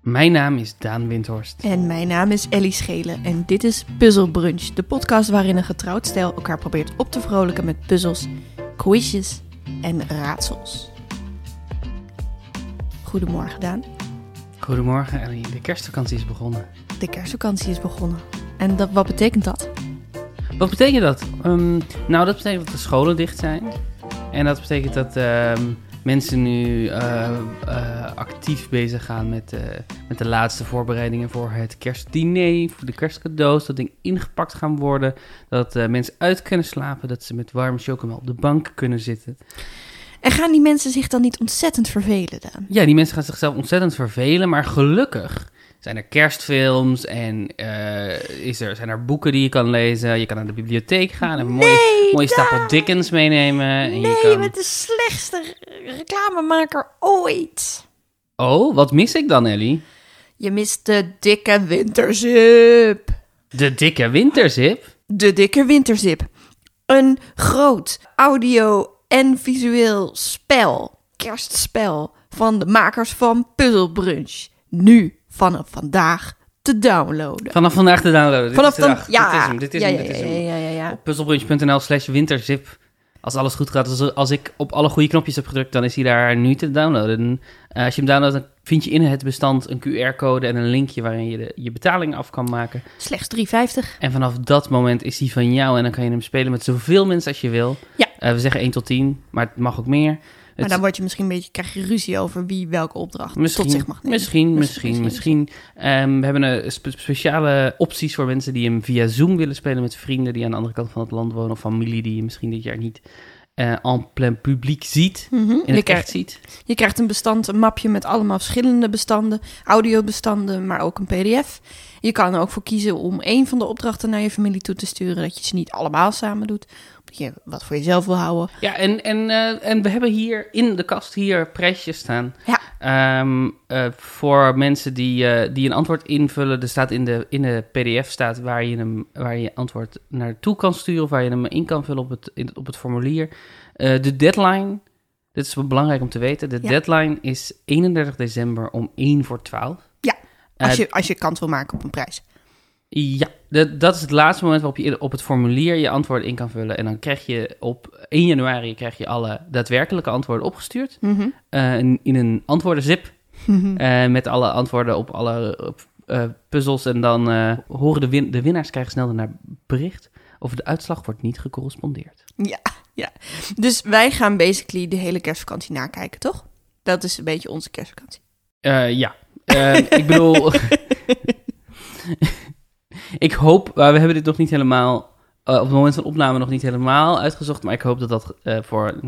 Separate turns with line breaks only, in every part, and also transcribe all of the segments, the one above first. Mijn naam is Daan Windhorst.
En mijn naam is Ellie Schelen en dit is Puzzle Brunch, de podcast waarin een getrouwd stijl elkaar probeert op te vrolijken met puzzels, quizjes en raadsels. Goedemorgen Daan,
Goedemorgen Ellie, de kerstvakantie is begonnen.
de kerstvakantie is begonnen. En dat, wat betekent dat?
Wat betekent dat? Ehm, nou, dat betekent dat de scholen dicht zijn. En dat betekent dat ehm, mensen nu eh, eh, actief bezig gaan met, eh, met de laatste voorbereidingen voor het kerstdiner, voor de kerstcadeaus. Dat dingen ingepakt gaan worden. Dat eh, mensen uit kunnen slapen. Dat ze met warme chocomel op de bank kunnen zitten.
En gaan die mensen zich dan niet ontzettend vervelen Daan?
Ja, die mensen gaan zichzelf ontzettend vervelen, maar gelukkig zijn er kerstfilms en eh, is er, zijn er boeken die je kan lezen. Je kan naar de bibliotheek gaan en een mooie,
nee,
mooie stapel
Daan!
Dickens meenemen. En
Nee,
eh, je kan...
met de slechtste reclamemaker ooit.
Oh, wat mis ik dan, Ellie?
Je mist de dikke winterzup.
De dikke winterzip?
De Dikke Winterzip. Een groot audio- en visueel spel, kerstspel, van de makers van Puzzle Brunch. Nu, vanaf vandaag, te downloaden.
Vanaf vandaag te downloaden. Dit
Vanaf
is de
dan,
dag.
ja,
Dit is hem, dit is
ja,
hem,
ja,
dit is
ja,
hem.
ja, ja, ja.
Op puzzelbrunch.nl slash winterzip. Als alles goed gaat, als, als ik op alle goede knopjes heb gedrukt, dan is hij daar nu te downloaden. Eh, als je hem downloadt, dan vind je in het bestand een QR-code en een linkje waarin je de, je betaling af kan maken.
Slechts 3,50.
En vanaf dat moment is die van jou en dan kan je hem spelen met zoveel mensen als je wil.
Ja.
Eh, we zeggen 1 tot 10, maar het mag ook meer.
Maar
Het-
dan word je misschien een beetje, krijg je ruzie over wie welke opdracht
Misschien,
tot zich mag nemen.
misschien, misschien,
Misschien,
misschien. Ehm, we hebben eh, spe- speciale opties voor mensen die hem via Zoom willen spelen met vrienden die aan de andere kant van het land wonen of familie die je misschien dit jaar niet eh en plein publiek ziet,
Mhm.
in
Je,
het
krijgt,
echt ziet.
je krijgt een bestand, een mapje met allemaal verschillende bestanden, audiobestanden, maar ook een pdf. Je kan er ook voor kiezen om één van de opdrachten naar je familie toe te sturen, dat je ze niet allemaal samen doet. Omdat je wat voor jezelf wil houden.
Ja, en, en, eh, en we hebben hier in de kast hier prijsjes staan.
Ja.
Ehm, eh, voor mensen die, eh, die een antwoord invullen. Er staat in de, in de pdf staat waar je hem, waar je je antwoord naartoe kan sturen. Of waar je hem in kan vullen op het, in, op het formulier. Eh, de deadline, dit is wel belangrijk om te weten. De
Ja.
deadline is 31 december om 1 voor 12.
Ja,
Eh,
als, je, als je kans wil maken op een prijs.
ja, dat, dat is het laatste moment waarop je op het formulier je antwoord in kan vullen. En dan krijg je op 1 januari krijg je alle daadwerkelijke antwoorden opgestuurd. eh, in, in een antwoordenzip. eh, met alle antwoorden op alle op, eh, puzzels. En dan eh, horen de, win- de winnaars krijgen snel daarna bericht. Of de uitslag wordt niet gecorrespondeerd.
Ja, ja. Dus wij gaan basically de hele kerstvakantie nakijken, toch? Dat is een beetje onze kerstvakantie.
Eh, ja, Eh, ik bedoel... ik hoop... maar we hebben dit nog niet helemaal... eh, op het moment van opname nog niet helemaal uitgezocht. Maar ik hoop dat dat eh, voor 99%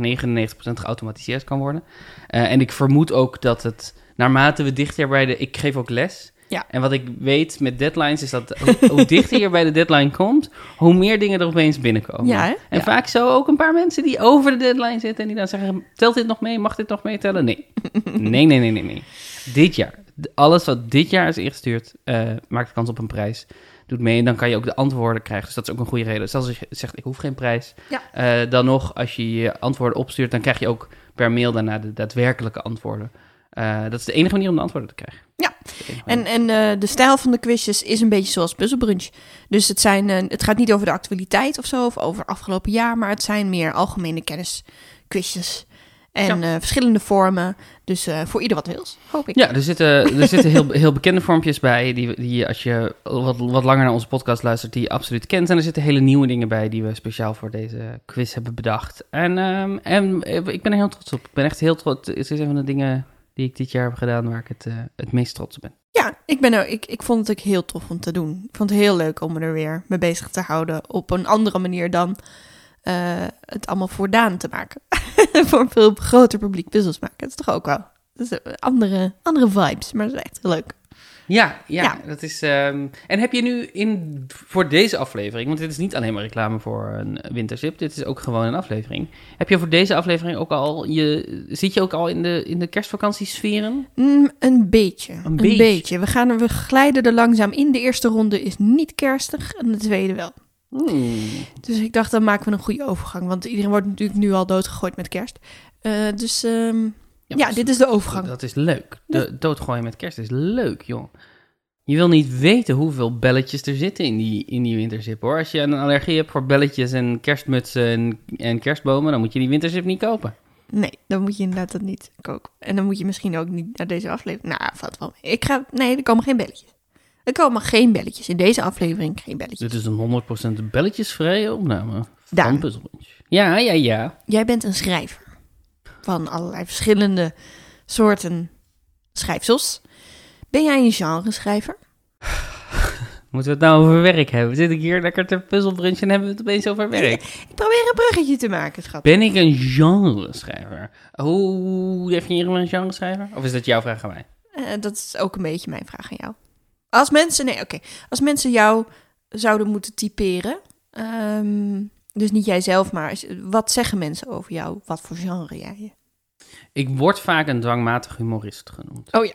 geautomatiseerd kan worden. Eh, en ik vermoed ook dat het... Naarmate we dichter bij de... Ik geef ook les.
Ja.
En wat ik weet met deadlines is dat hoe, hoe dichter je bij de deadline komt, hoe meer dingen er opeens binnenkomen.
Ja, hè?
en
Ja.
vaak zo ook een paar mensen die over de deadline zitten en die dan zeggen: telt dit nog mee? Mag dit nog meetellen? Nee. Nee, nee, nee, nee, nee. Dit jaar. D- Alles wat dit jaar is ingestuurd, eh, maakt kans op een prijs. Doet mee en dan kan je ook de antwoorden krijgen. Dus dat is ook een goede reden. Dus als je zegt, ik hoef geen prijs.
Ja.
eh, dan nog, als je je antwoorden opstuurt, dan krijg je ook per mail daarna de daadwerkelijke antwoorden. Eh, dat is de enige manier om de antwoorden te krijgen.
Ja.
Dat is de enige manier.
En, en eh, de stijl van de quizjes is een beetje zoals puzzelbrunch. Dus het, zijn, eh, het gaat niet over de actualiteit of zo, of over afgelopen jaar, maar het zijn meer algemene kennisquizjes. En eh, verschillende vormen. Dus eh, voor ieder wat wils, hoop ik.
Ja, er zitten, er zitten heel, heel bekende vormpjes bij, die, die als je wat, wat langer naar onze podcast luistert, die je absoluut kent. En er zitten hele nieuwe dingen bij die we speciaal voor deze quiz hebben bedacht. En, ehm, en eh, ik ben er heel trots op. Ik ben echt heel trots. Het is een van de dingen die ik dit jaar heb gedaan waar ik het, eh, het meest trots op ben.
Ja, ik, ben er, ik, ik vond het ook heel tof om te doen. Ik vond het heel leuk om me er weer mee bezig te houden. Op een andere manier dan eh, het allemaal voor Daan te maken. voor een veel groter publiek puzzels maken. Dat is toch ook wel dat is een andere, andere vibes, maar dat is echt heel leuk.
Ja, ja,
Ja.
dat is. ehm, en heb je nu in, voor deze aflevering, want dit is niet alleen maar reclame voor een winterzip, dit is ook gewoon een aflevering. Heb je voor deze aflevering ook al, je, zit je ook al in de, in de kerstvakantiesferen?
Mm, een beetje. Een,
beetje.
We, gaan er, we glijden er langzaam in. De eerste ronde is niet kerstig en de tweede wel.
Hmm.
Dus ik dacht, dan maken we een goede overgang. Want iedereen wordt natuurlijk nu al doodgegooid met kerst. Eh, dus ehm, Ja,
dus
dit is de overgang.
Dat is leuk. De, doodgooien met kerst is leuk, joh. Je wil niet weten hoeveel belletjes er zitten in die, in die winterzip, hoor. Als je een allergie hebt voor belletjes en kerstmutsen en, en kerstbomen, dan moet je die winterzip niet kopen.
Nee, dan moet je inderdaad dat niet koken. En dan moet je misschien ook niet naar deze aflevering. Nou, valt wel mee. Ik ga... Nee, er komen geen belletjes. Er komen geen belletjes. In deze aflevering geen belletjes.
Dit is een 100% belletjesvrije opname
Daan.
van Puzzle Bunch. Ja, ja, ja.
Jij bent een schrijver. Van allerlei verschillende soorten schrijfsels. Ben jij een genre-schrijver?
Moeten we het nou over werk hebben? Zit ik hier lekker te puzzelbrunchen en hebben we het opeens over werk?
Ik probeer een bruggetje te maken, schat.
Ben ik een genre-schrijver? Hoe definieer je een genre-schrijver? Of is dat jouw vraag aan mij?
Eh, dat is ook een beetje mijn vraag aan jou. Als mensen, nee, oké. Als mensen jou zouden moeten typeren, ehm, dus niet jijzelf, maar als- wat zeggen mensen over jou? Wat voor genre jij?
Ik word vaak een dwangmatig humorist genoemd.
Oh ja.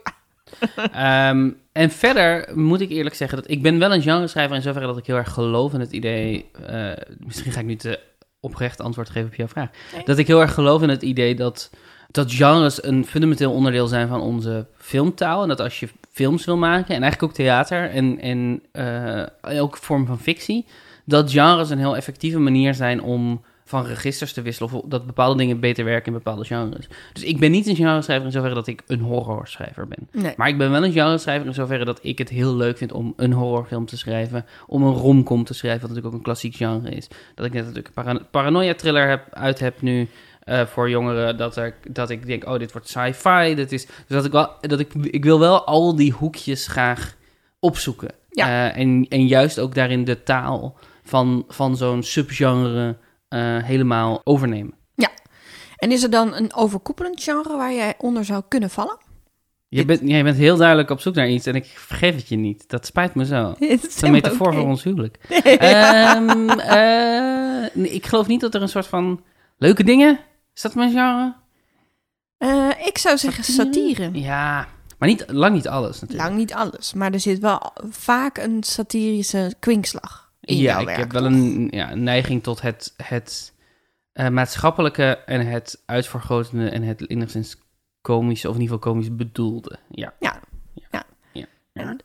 Ehm, en verder moet ik eerlijk zeggen dat ik ben wel een genreschrijver in zoverre dat ik heel erg geloof in het idee. eh, misschien ga ik nu te oprecht antwoord geven op jouw vraag.
Nee.
Dat ik heel erg geloof in het idee dat, dat genres een fundamenteel onderdeel zijn van onze filmtaal. En dat als je films wil maken, en eigenlijk ook theater en, en eh, elke vorm van fictie, dat genres een heel effectieve manier zijn om van registers te wisselen. Of dat bepaalde dingen beter werken in bepaalde genres. Dus ik ben niet een genreschrijver in zoverre dat ik een horrorschrijver ben.
Nee.
Maar ik ben wel een genreschrijver in zoverre dat ik het heel leuk vind om een horrorfilm te schrijven, om een romcom te schrijven, wat natuurlijk ook een klassiek genre is. Dat ik net natuurlijk een para- paranoia-thriller heb, uit heb nu eh, voor jongeren, dat, er, dat ik denk, oh, dit wordt sci-fi, dit is... Dus dat ik wel, dat ik, ik wil wel al die hoekjes graag opzoeken.
Ja.
Eh, en, en juist ook daarin de taal van, van zo'n subgenre eh, helemaal overnemen.
En is er dan een overkoepelend genre waar jij onder zou kunnen vallen?
Je bent, jij bent heel duidelijk op zoek naar iets en ik vergeef het je niet. Dat spijt me zo.
Het
Het is een metafoor voor ons huwelijk. Ehm, eh, nee, ik geloof niet dat er een soort van leuke dingen. Is dat mijn genre?
Eh, ik zou zeggen satire.
Ja, maar niet, lang niet alles natuurlijk.
Lang niet alles, maar er zit wel vaak een satirische kwinkslag in
ja,
jouw
ik
werk.
heb wel
toch?
een ja, een neiging tot het, het eh, maatschappelijke en het uitvergrotende en het enigszins komische, of in ieder geval komisch bedoelde. Ja. Ja.
En,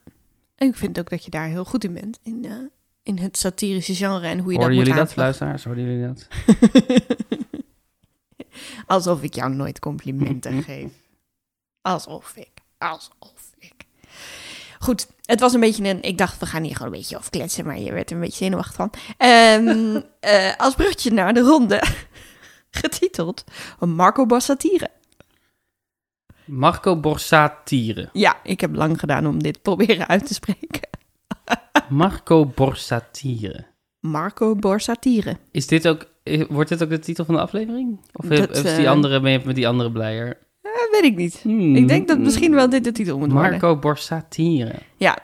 en ik vind ook dat je daar heel goed in bent. In, eh, in het satirische genre en hoe je
Hoorden
dat
jullie
moet
dat,
aanvliegen.
luisteraars? Hoorden jullie dat?
Alsof ik jou nooit complimenten geef. Alsof ik. Alsof ik. Goed, het was een beetje een... Ik dacht, we gaan hier gewoon een beetje over kletsen, maar je werd er een beetje zenuwachtig van. Ehm, eh, als bruggetje naar de ronde. Getiteld Marco Bassatire.
Marco Borsatire.
Ja, ik heb lang gedaan om dit proberen uit te spreken.
Marco Borsatire.
Marco Borsatire.
Is dit ook, eh, wordt dit ook de titel van de aflevering? Of
Dat,
heb- of is die
eh,
andere mee met die andere blijer?
Dat Eh, weet ik niet.
Hmm.
Ik denk dat misschien wel dit de titel moet worden.
Marco Borsatire.
Ja.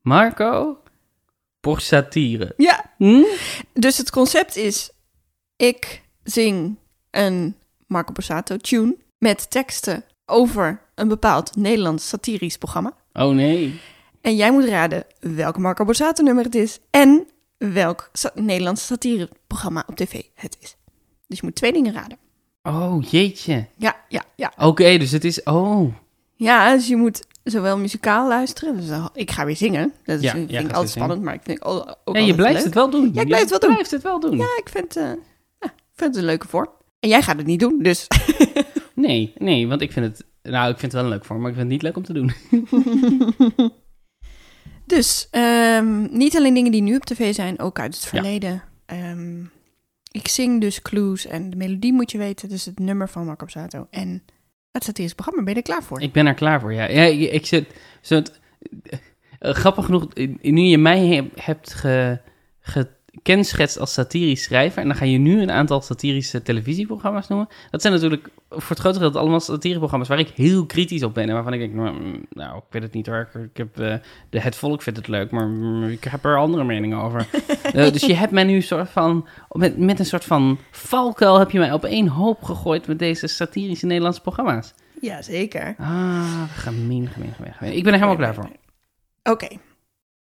Marco Borsatire.
Ja,
Hm?
Dus het concept is: ik zing een Marco Borsato tune met teksten over een bepaald Nederlands satirisch programma.
Oh nee.
En jij moet raden welk Marco Borsato nummer het is en welk sa- Nederlands satireprogramma op tv het is. Dus je moet twee dingen raden.
Oh jeetje.
Ja, ja, ja.
Oké, dus het is. Oh.
Ja, dus je moet zowel muzikaal luisteren. Dus dan- ik ga weer zingen. Dat is,
Ja, jij
vind ik
gaat
altijd
weer zingen.
spannend, maar ik vind ook ook
Ja, je
altijd
blijft
oh, leuk.
het wel doen.
Ja, ik blijf het wel doen.
blijft het wel doen.
Ja, ik vind, eh, ja, ik vind het een leuke vorm. En jij gaat het niet doen, dus
Nee, nee, want ik vind het. Nou, ik vind het wel leuk voor, maar ik vind het niet leuk om te doen.
Dus ehm, niet alleen dingen die nu op tv zijn, ook uit het verleden. Ehm, ik zing dus clues en de melodie moet je weten. Dus het nummer van Marco Sato. En het satirisch programma, ben je er klaar voor?
Ik ben er klaar voor, ja. ja ik, ik zit. zit eh, grappig genoeg, eh, nu je mij he- hebt ge, gekenschetst als satirisch schrijver, en dan ga je nu een aantal satirische televisieprogramma's noemen. Dat zijn natuurlijk voor het grote gedeelte allemaal satireprogramma's waar ik heel kritisch op ben en waarvan ik denk, nou, mm, nou ik weet het niet hoor. Ik, ik heb, eh, de Het Volk vindt het leuk, maar mm, ik heb er andere meningen over. Eh, dus je hebt mij nu soort van, met, met een soort van valkuil heb je mij op één hoop gegooid met deze satirische Nederlandse programma's.
Jazeker.
Ah, gemeen, gemeen, gemeen, gemeen. Ik ben er helemaal klaar voor.
Oké.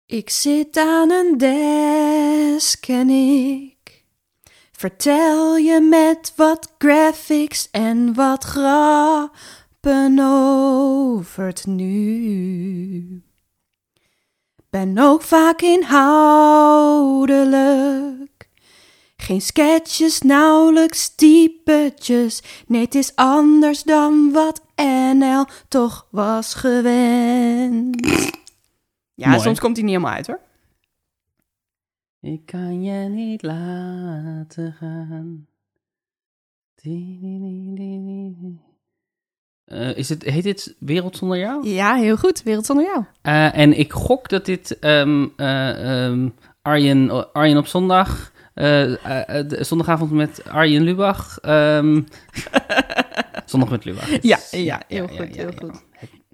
Ik zit aan een desk en ik Vertel je met wat graphics en wat grappen over het nu. Ben ook vaak inhoudelijk. Geen sketches, nauwelijks typetjes. Nee, het is anders dan wat NL toch was gewend. Ja,
Mooi.
soms komt hij niet helemaal uit hoor.
Ik kan je niet laten gaan. Di-di-di-di-di. Eh, is het, heet dit Wereld zonder jou?
Ja, heel goed. Wereld zonder jou.
Eh, en ik gok dat dit ehm eh, ehm, Arjen, Arjen op zondag, eh, eh, de zondagavond met Arjen Lubach, ehm, zondag met Lubach. Dus, is.
Ja, ja, heel goed, heel goed.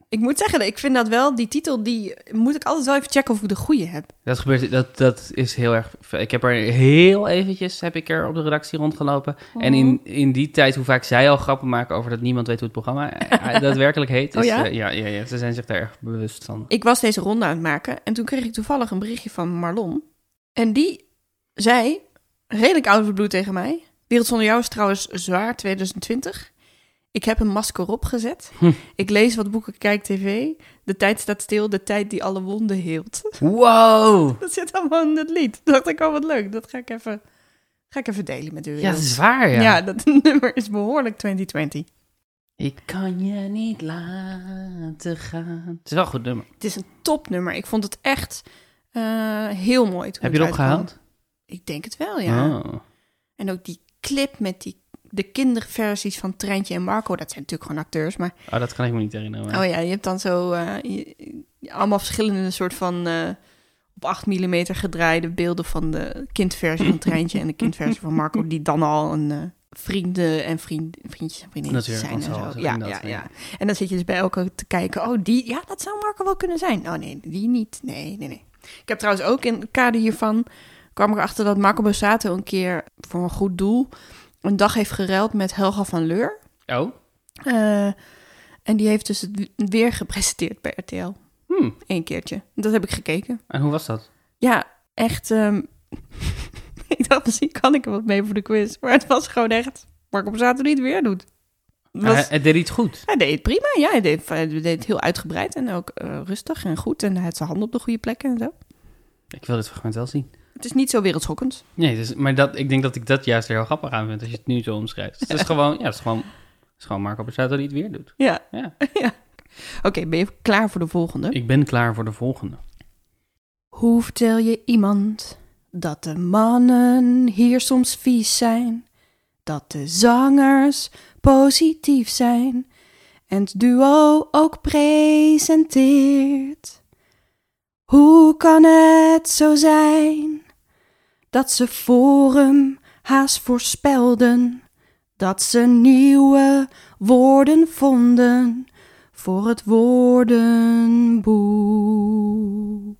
Ik moet zeggen, ik vind dat wel, die titel, die moet ik altijd wel even checken of ik de goede heb.
Dat gebeurt, dat, dat is heel erg. veel. Ik heb er heel eventjes, heb ik er op de redactie rondgelopen. En
Mhm.
in, in die tijd, hoe vaak zij al grappen maken over dat niemand weet hoe het programma eh, daadwerkelijk heet.
Oh
is,
ja?
eh, ja, ja, ja, ze zijn zich daar erg bewust van.
Ik was deze ronde aan het maken en toen kreeg ik toevallig een berichtje van Marlon. En die zei, redelijk oud van bloed tegen mij, Wereld Zonder Jou is trouwens zwaar 2020. Ik heb een masker opgezet.
Hm.
Ik lees wat boeken, kijk tv. De tijd staat stil, de tijd die alle wonden heelt.
Wow!
Dat zit allemaal in het lied. Toen dacht ik, oh wat leuk, dat ga ik even, ga ik even delen met u.
Ja, dat is waar, ja.
Ja. dat nummer is behoorlijk 2020.
Ik kan je niet laten gaan. Het is wel een goed nummer.
Het is een topnummer. Ik vond het echt eh, heel mooi. Toen
Heb
het
je het
uitkwam.
opgehaald?
Ik denk het wel, ja.
Oh.
En ook die clip met die, de kinderversies van Treintje en Marco. Dat zijn natuurlijk gewoon acteurs, maar...
Oh, dat kan ik me niet herinneren. maar-
Oh ja, je hebt dan zo eh, je- je- allemaal verschillende soort van... eh, op 8 mm gedraaide beelden van de kindversie van Treintje... en de kindversie van Marco, die dan al een... eh, vrienden en vriend, vriendjes en vriendinnetjes
Natuurlijk,
zijn en
want zo-
zo.
zo
ja,
ging dat, ja.
ja, ja. En dan zit je dus bij elkaar te kijken... oh, die, ja, dat zou Marco wel kunnen zijn. Oh nee, die niet. Nee, nee, nee. Ik heb trouwens ook in het kader hiervan kwam ik erachter dat Marco Borsato een keer voor een goed doel een dag heeft geruild met Helga van Leur.
Oh?
Eh, en die heeft dus het weer gepresenteerd bij RTL.
Hmm.
Eén keertje. Dat heb ik gekeken.
En hoe was dat?
Ja, echt. ehm, ik dacht, misschien kan ik er wat mee voor de quiz. Maar het was gewoon echt Marco Borsato die het weer doet. Het was-
Hij- hij Eh, deed iets goed.
hij deed het prima, ja. Hij deed, hij deed het heel uitgebreid en ook eh, rustig en goed. En hij had zijn handen op de goede plekken en zo.
Ik wil dit fragment wel zien.
Het is niet zo wereldschokkend.
Nee, dus, maar dat, ik denk dat ik dat juist er heel grappig aan vind als je het nu zo omschrijft. Het is gewoon, ja, het is gewoon, het is gewoon Marco Borsato die het weer doet.
Ja.
Ja.
ja. Oké, ben je klaar voor de volgende?
Ik ben klaar voor de volgende.
Hoe vertel je iemand dat de mannen hier soms vies zijn? Dat de zangers positief zijn en het duo ook presenteert? Hoe kan het zo zijn dat ze forum haast voorspelden? Dat ze nieuwe woorden vonden voor het woordenboek.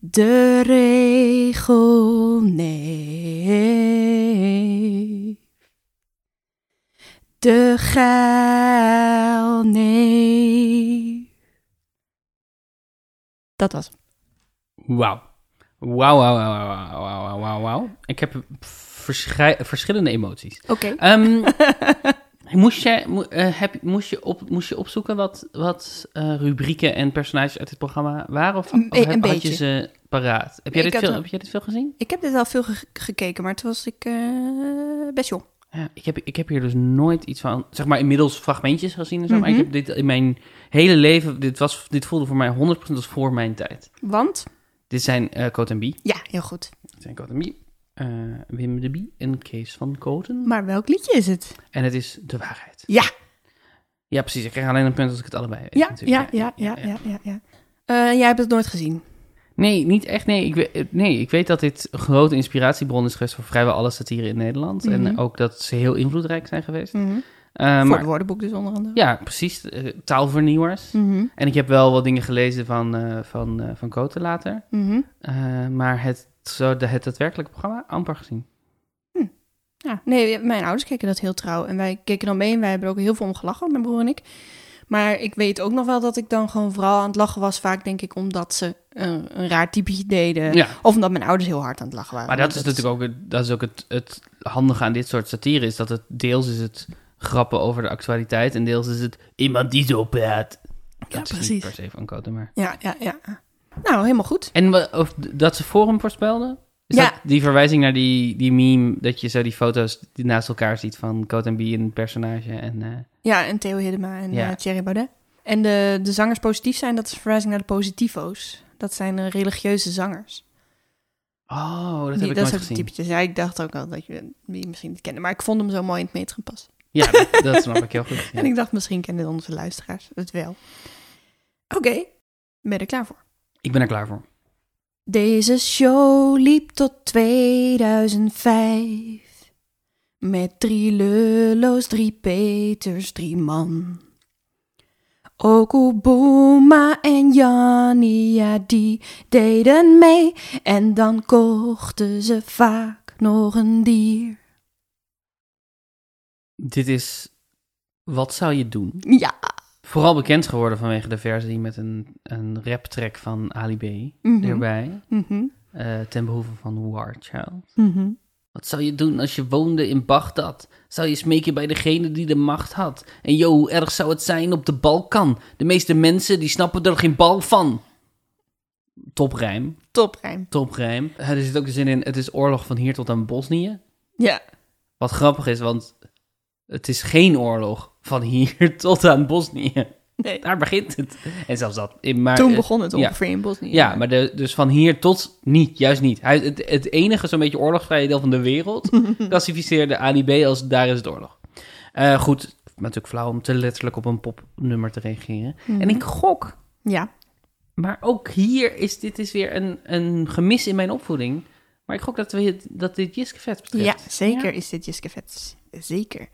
De regel nee. De geil nee. Dat was hem.
Wauw. Wauw, wauw, wauw, wauw, wauw, wauw, wauw, wauw. Ik heb verschij- verschillende emoties.
Oké.
Ehm, moest, je, mo- eh, heb, moest, je op, moest je opzoeken wat, wat eh, rubrieken en personages uit dit programma waren? Of,
Een
of
be-
heb-
een
had
beetje.
je ze paraat? Heb jij,
Ik
dit
had
veel,
wel-
heb jij dit veel gezien?
Ik heb dit al veel ge- gekeken, maar toen was ik eh, best jong.
Ja, ik, heb, ik heb hier dus nooit iets van, zeg maar inmiddels fragmentjes gezien en zo, maar ik
Mhm.
heb dit in mijn hele leven, dit, was, dit voelde voor mij 100% als voor mijn tijd.
Want?
Dit zijn eh Cote en Bie.
Ja, heel goed.
Dit zijn Cote en Bie. eh, Wim de Bie en Kees van Koten.
Maar welk liedje is het?
En het is de waarheid.
Ja.
Ja, precies. Ik krijg alleen een punt als ik het allebei weet.
Ja, ja,
natuurlijk.
ja, ja, ja, ja. ja. Eh, jij hebt het nooit gezien.
Nee, niet echt. Nee ik, weet, nee, ik weet dat dit een grote inspiratiebron is geweest voor vrijwel alle satire in Nederland. En
Mhm.
ook dat ze heel invloedrijk zijn geweest. Eh,
Voor
maar,
het woordenboek dus onder andere.
ja, precies. eh, taalvernieuwers.
Mhm,
En ik heb wel wat dingen gelezen van, eh van, eh, van Cote later.
mhm.
Eh, maar het, zo, de, het daadwerkelijke programma amper gezien.
Ja, nee, mijn ouders keken dat heel trouw. En wij keken dan mee en wij hebben er ook heel veel om gelachen, mijn broer en ik. Maar ik weet ook nog wel dat ik dan gewoon vooral aan het lachen was. Vaak denk ik omdat ze eh, een raar typje deden.
Ja.
Of omdat mijn ouders heel hard aan het lachen waren.
Maar dat is
Want
natuurlijk ook, het- dat is ook het, het handige aan dit soort satire, is dat het deels is het grappen over de actualiteit en deels is het iemand die zo praat. Dat is niet
precies.
per se van Cote, maar...
Ja, ja, ja. Nou, helemaal goed.
En wa- of d- dat ze Forum voorspelden? Is
Ja.
dat die verwijzing naar die, die meme, dat je zo die foto's die naast elkaar ziet van Cote en B en het personage en... eh,
Ja, en Theo Hiddema en
Ja.
eh, Thierry Baudet. En de, de zangers positief zijn, dat is een verwijzing naar de positivo's. Dat zijn eh, religieuze zangers.
Oh, dat heb
Die-
ik
dat
nooit
soort
gezien.
typetjes. Ja, ik dacht ook al dat je die misschien niet kende. Maar ik vond hem zo mooi in het metrum pas.
Ja, dat, dat snap ik heel goed. ja.
En ik dacht, misschien kennen onze luisteraars het wel. Oké, ben je er klaar voor?
Ik ben er klaar voor.
Deze show liep tot 2005. Met drie lullo's, drie Peters, drie man. Ook Boema en Jania, die deden mee. En dan kochten ze vaak nog een dier.
Dit is Wat zou je doen?
Ja.
Vooral bekend geworden vanwege de versie met een, een rap-track van Ali B
Mhm.
erbij.
Mhm.
eh, ten behoeve van War Child.
Mhm.
Wat zou je doen als je woonde in Bagdad? Zou je smeken bij degene die de macht had? En joh, hoe erg zou het zijn op de Balkan? De meeste mensen die snappen er geen bal van. Toprijm,
Toprijm.
toprijm. Eh, Er zit ook de zin in, het is oorlog van hier tot aan Bosnië.
Ja.
Wat grappig is, want het is geen oorlog van hier tot aan Bosnië.
Nee.
Daar begint het. En zelfs dat. in- Maar,
Toen
eh,
begon het
ja.
ongeveer in Bosnië.
Ja, maar de, dus van hier tot niet, juist niet. Hij, het, het enige zo'n beetje oorlogsvrije deel van de wereld klassificeerde Ali B als daar is het oorlog. Eh, goed, maar natuurlijk flauw om te letterlijk op een popnummer te reageren.
Mhm.
En ik gok,
Ja.
maar ook hier is dit is weer een, een gemis in mijn opvoeding. Maar ik gok dat, we, het- dat dit Jiske Vet betreft.
Ja, zeker is dit Jiske Vets. Zeker.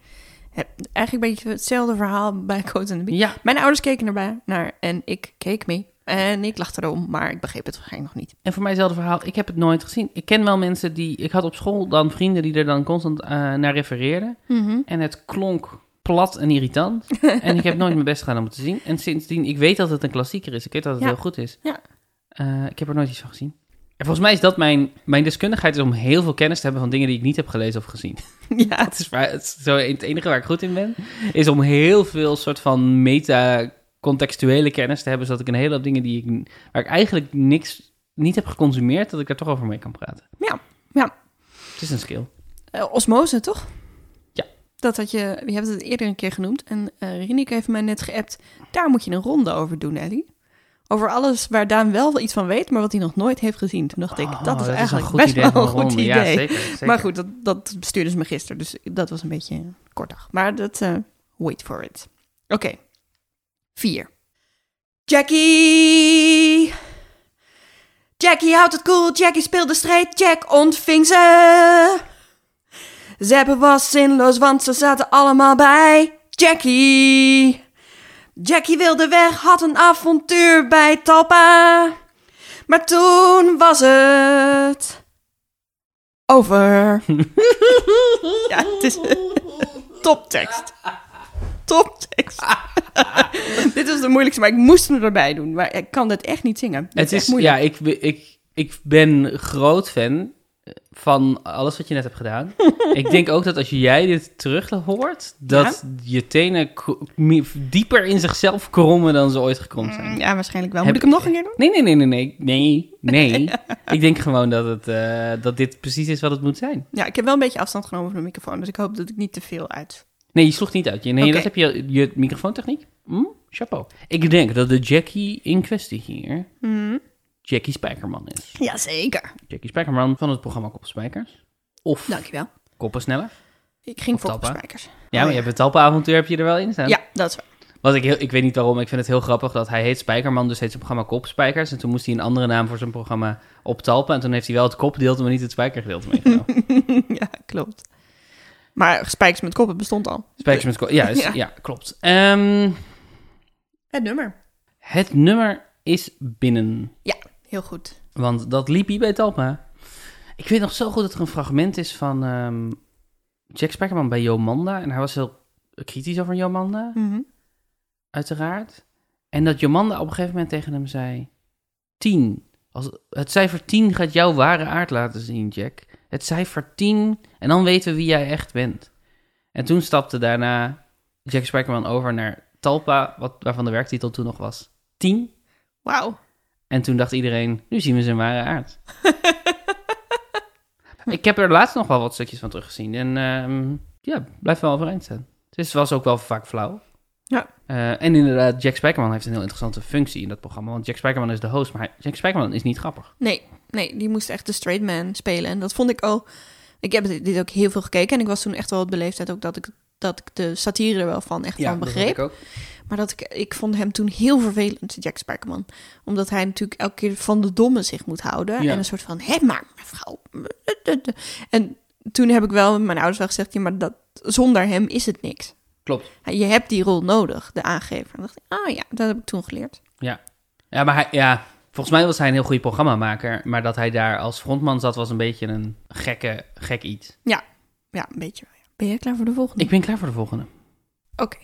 Heb- Eigenlijk een beetje hetzelfde verhaal bij Coat en de Bee.
Ja,
Mijn ouders keken erbij naar en ik keek mee. En ik lachte erom, maar ik begreep het waarschijnlijk nog niet.
En voor mij is hetzelfde verhaal. Ik heb het nooit gezien. Ik ken wel mensen die... Ik had op school dan vrienden die er dan constant eh, naar refereerden.
Mhm.
En het klonk plat en irritant. en ik heb nooit mijn best gedaan om het te zien. En sindsdien, ik weet dat het een klassieker is. Ik weet dat het
Ja.
heel goed is.
Ja.
Eh, ik heb er nooit iets van gezien. En volgens mij is dat mijn... Mijn deskundigheid is om heel veel kennis te hebben van dingen die ik niet heb gelezen of gezien.
ja.
Dat is waar- het, is zo, het enige waar ik goed in ben, is om heel veel soort van meta-contextuele kennis te hebben, zodat ik een hele hoop dingen die ik, waar ik eigenlijk niks niet heb geconsumeerd, dat ik daar toch over mee kan praten.
Ja, ja.
Het is een skill.
Eh, osmose, toch?
Ja.
Dat had je, je hebt het eerder een keer genoemd. En eh Rineke heeft mij net geappt. Daar moet je een ronde over doen, Ellie. Over alles waar Daan wel iets van weet, maar wat hij nog nooit heeft gezien. Toen dacht ik,
Oh,
dat is
een
eigenlijk
goed
best
idee
wel
voor
een goed
ronde.
idee.
Ja, zeker, zeker.
Maar goed, dat, dat stuurde ze me gisteren, dus dat was een beetje kortig. Maar dat, eh, wait for it. Oké, vier. Jackie! Jackie houdt het cool, Jackie speelde strijd, Jack ontving ze! Zeppen was zinloos, want ze zaten allemaal bij Jackie! Jackie wilde weg, had een avontuur bij Talpa. Maar toen was het over. ja, het is toptekst. Toptekst. Dit was de moeilijkste, maar ik moest hem erbij doen. Maar ik kan dat echt niet zingen. Dat
Het
echt
is,
moeilijk.
ja, ik, be- ik, ik ben groot fan eh, van alles wat je net hebt gedaan. ik denk ook dat als jij dit terug hoort, dat je tenen k- meer- dieper in zichzelf krommen dan ze ooit gekromd zijn.
Ja, waarschijnlijk wel.
Heb-
Mm, Moet ik hem nog een keer doen?
Nee, nee, nee, nee, nee, nee, nee. ik denk gewoon dat, het, eh, dat dit precies is wat het moet zijn.
Ja, ik heb wel een beetje afstand genomen van de microfoon. Dus ik hoop dat ik niet te veel uit.
Nee, je sloeg niet uit. Je- Nee,
Oké.
dat heb je, je microfoontechniek. Hm? Chapeau. Ik denk dat de Jackie in kwestie hier
Mhm.
Jackie Spijkerman is.
Jazeker.
Jackie Spijkerman van het programma Koppenspijkers. Of
Dankjewel.
Koppensneller.
Ik ging
Of
voor
Talpa.
spijkers.
Oh, Ja, maar je hebt het talpenavontuur heb je er wel in staan.
Ja, dat is waar.
Wat ik, heel, ik weet niet waarom, ik vind het heel grappig dat hij heet Spijkerman, dus heet zijn programma Kopspijkers. En toen moest hij een andere naam voor zijn programma optalpen. En toen heeft hij wel het kopgedeelte, maar niet het spijkergedeelte meegenomen.
ja, klopt. Maar spijkers met koppen bestond al.
Spijkers met ko- Ja, is-
Ja.
ja. klopt. Ehm,
Het nummer.
het nummer is binnen.
Ja, heel goed.
Want dat liep hier bij Talpa. Ik weet nog zo goed dat er een fragment is van ehm, Jack Spijkerman bij Jomanda. En hij was heel kritisch over Jomanda.
Mhm.
uiteraard. En dat Jomanda op een gegeven moment tegen hem zei: 10. Als, het cijfer 10 gaat jouw ware aard laten zien, Jack. Het cijfer 10 en dan weten we wie jij echt bent. En toen stapte daarna Jack Spijkerman over naar Talpa, wat, waarvan de werktitel toen nog was 10.
Wauw.
En toen dacht iedereen, nu zien we zijn ware aard. ik heb er laatst nog wel wat stukjes van teruggezien. En ehm, ja, blijft wel overeind staan. Dus het was ook wel vaak flauw.
Ja.
Eh, en inderdaad, Jack Spijkerman heeft een heel interessante functie in dat programma. Want Jack Spijkerman is de host, maar hij- Jack Spijkerman is niet grappig.
Nee, nee, die moest echt de straight man spelen. En dat vond ik al... Ik heb dit dit ook heel veel gekeken. En ik was toen echt wel op de leeftijd ook dat ik, dat ik de satire er wel van echt van begreep.
ook.
Maar dat ik, ik vond hem toen heel vervelend, Jack Sparkman. Omdat hij natuurlijk elke keer van de domme zich moet houden.
Ja.
En een soort van, hé, maar mevrouw. En toen heb ik wel mijn ouders wel gezegd, ja, maar dat, zonder hem is het niks.
Klopt.
Je hebt die rol nodig, de aangever. En dacht ik, ah ja, dat heb ik toen geleerd.
Ja, maar hij, ja, volgens mij was hij een heel goede programmamaker. Maar dat hij daar als frontman zat, was een beetje een gekke, gek iets.
Ja, een beetje. wel, ja. Ben jij klaar voor de volgende?
Ik ben klaar voor de volgende.
Oké.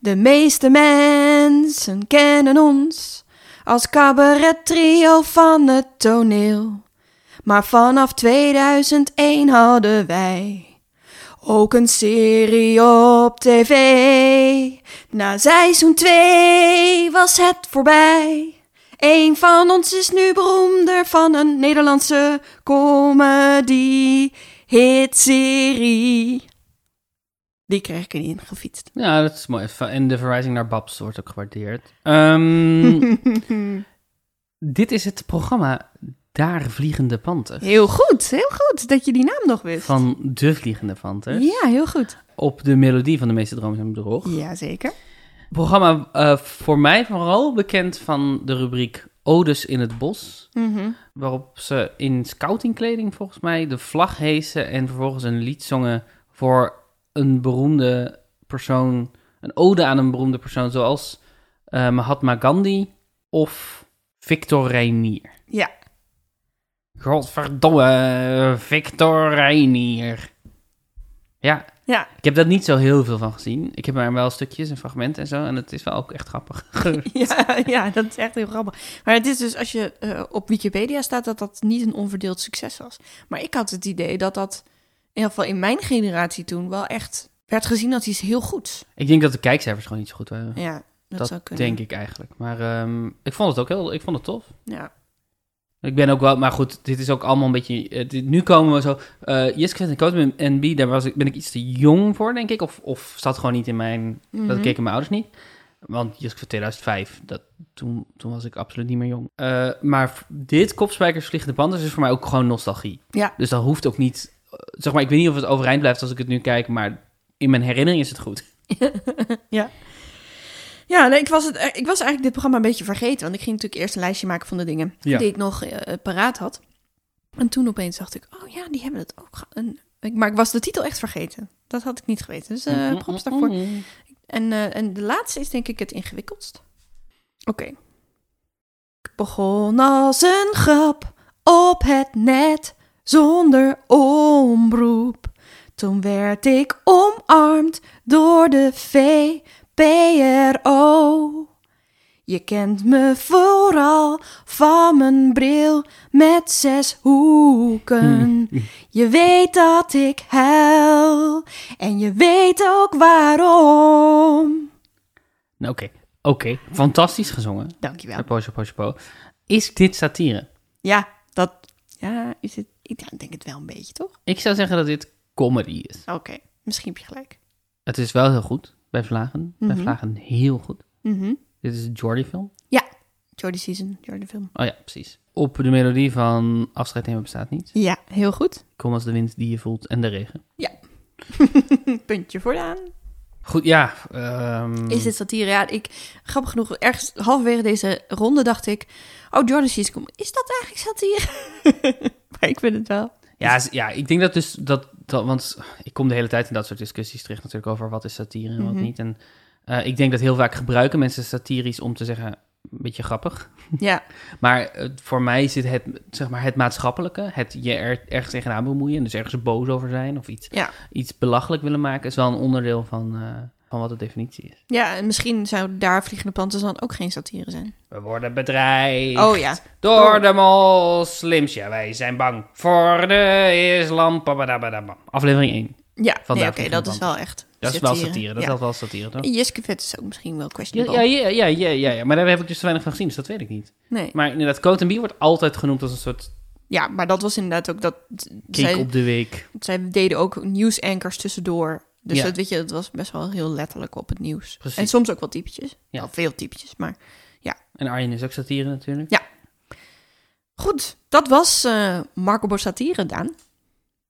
De meeste mensen kennen ons als cabaret trio van het toneel. Maar vanaf 2001 hadden wij ook een serie op tv. Na seizoen 2 was het voorbij. Een van ons is nu beroemder van een Nederlandse comedy hitserie. Die kreeg ik erin gefietst.
Ja, dat is mooi. En de verwijzing naar Babs wordt ook gewaardeerd. Ehm, dit is het programma Daar Vliegende Panten.
Heel goed, heel goed dat je die naam nog wist.
Van De Vliegende Panten.
Ja, heel goed.
Op de melodie van De Meeste Dromen zijn Bedrog.
Jazeker.
Programma eh, voor mij vooral bekend van de rubriek Odes in het Bos.
Mhm.
Waarop ze in scoutingkleding volgens mij de vlag heesen en vervolgens een lied zongen voor een beroemde persoon. Een ode aan een beroemde persoon zoals eh, Mahatma Gandhi of Victor Reinier.
Ja.
Godverdomme, Victor Reinier. Ja,
Ja.
ik heb daar niet zo heel veel van gezien. Ik heb maar wel stukjes en fragmenten en zo. En het is wel ook echt grappig.
Ja, ja, dat is echt heel grappig. Maar het is dus, als je eh, op Wikipedia staat, dat dat niet een onverdeeld succes was. Maar ik had het idee dat dat, in ieder geval in mijn generatie toen, wel echt werd gezien als iets heel goeds.
ik denk dat de kijkcijfers gewoon niet zo goed waren.
Ja, dat,
Dat,
zou kunnen.
denk ik eigenlijk. Maar ehm, ik vond het ook heel, ik vond het tof.
Ja.
Ik ben ook wel, maar goed, dit is ook allemaal een beetje. eh, dit- nu komen we zo. eh Jiske en Koot en B, daar was ik, ben ik iets te jong voor, denk ik. Of, of zat gewoon niet in mijn. Dat
Mhm.
keken mijn ouders niet. Want Jiske van 2005, dat, toen, toen was ik absoluut niet meer jong. Eh, maar v- dit Kopspijkers Vliegende Panthers is voor mij ook gewoon nostalgie.
Ja.
Dus dat hoeft ook niet. eh, Zeg maar, ik weet niet of het overeind blijft als ik het nu kijk, maar in mijn herinnering is het goed.
Ja, nee, ik, was het, eh, ik was eigenlijk dit programma een beetje vergeten. Want ik ging natuurlijk eerst een lijstje maken van de dingen
Ja.
die ik nog eh, paraat had. En toen opeens dacht ik, oh ja, die hebben het ook. ge- En, ik, maar ik was de titel echt vergeten. Dat had ik niet geweten. Dus
Mhm.
eh props daarvoor.
Nou,
En, eh, en de laatste is denk ik het ingewikkeldst. Oké. Ik begon als een grap op het net zonder omroep. Toen werd ik omarmd door de VPRO. Je kent me vooral van mijn bril met zes hoeken. Je weet dat ik huil en je weet ook waarom.
Nou, Oké, oké. Fantastisch gezongen.
Dankjewel.
Chapeau, chapeau, chapeau. Is dit satire?
Ja, dat. Ja, is het. Ik ja, ik denk het wel een beetje, toch?
Ik zou zeggen dat dit comedy is.
Oké, misschien heb je gelijk.
Het is wel heel goed bij Vlagen. Bij
Mhm.
Vlagen heel goed.
Mhm.
Dit is een Jordi-film.
Ja, Jordy Season, Jordy film.
Oh ja, precies. Op de melodie van Afscheid nemen bestaat niet.
Ja, heel goed.
Kom als de wind die je voelt en de regen.
Puntje vooraan.
Goed, ja. ehm,
Is dit satire? Ja, ik, grappig genoeg, ergens halverwege deze ronde dacht ik... Oh, Jordy Season, kom, is dat eigenlijk satire? maar ik vind het wel.
Ja, z- ja, ik denk dat dus dat, dat. Want ik kom de hele tijd in dat soort discussies terecht, natuurlijk, over wat is satire en wat
Mhm.
niet. En eh, ik denk dat heel vaak gebruiken mensen satirisch om te zeggen. Een beetje grappig.
Ja,
Maar eh, voor mij zit het, zeg maar, het maatschappelijke, het je er, ergens tegenaan bemoeien, dus ergens boos over zijn of iets,
Ja.
iets belachelijk willen maken, is wel een onderdeel van, eh, van wat de definitie is.
Ja, en misschien zou daar Vliegende Planten dan ook geen satire zijn.
We worden bedreigd
Oh ja.
door de moslims. Ja, wij zijn bang voor de islam. Babadabadabam. Aflevering 1.
Ja,
Van
nee,
daar
oké,
Vliegende
dat is wel echt
Dat is wel satire. Dat is wel satire, toch?
ja. Jiske Vet is ook misschien wel
Ja,
questionable.
ja, ja, ja, ja, ja, ja. maar daar heb ik dus te weinig van gezien, dus dat weet ik niet.
Nee.
Maar inderdaad, Coat Bie wordt altijd genoemd als een soort
ja, maar dat was inderdaad ook dat...
kick
Zij,
op de week.
zij deden ook nieuwsankers tussendoor. Dus
Ja.
dat, weet je, dat was best wel heel letterlijk op het nieuws.
Precies.
En soms ook wel typetjes.
Ja.
Wel veel typetjes, maar...
En Arjen is ook satire natuurlijk.
Goed, dat was eh, Marco Borsatire, Daan.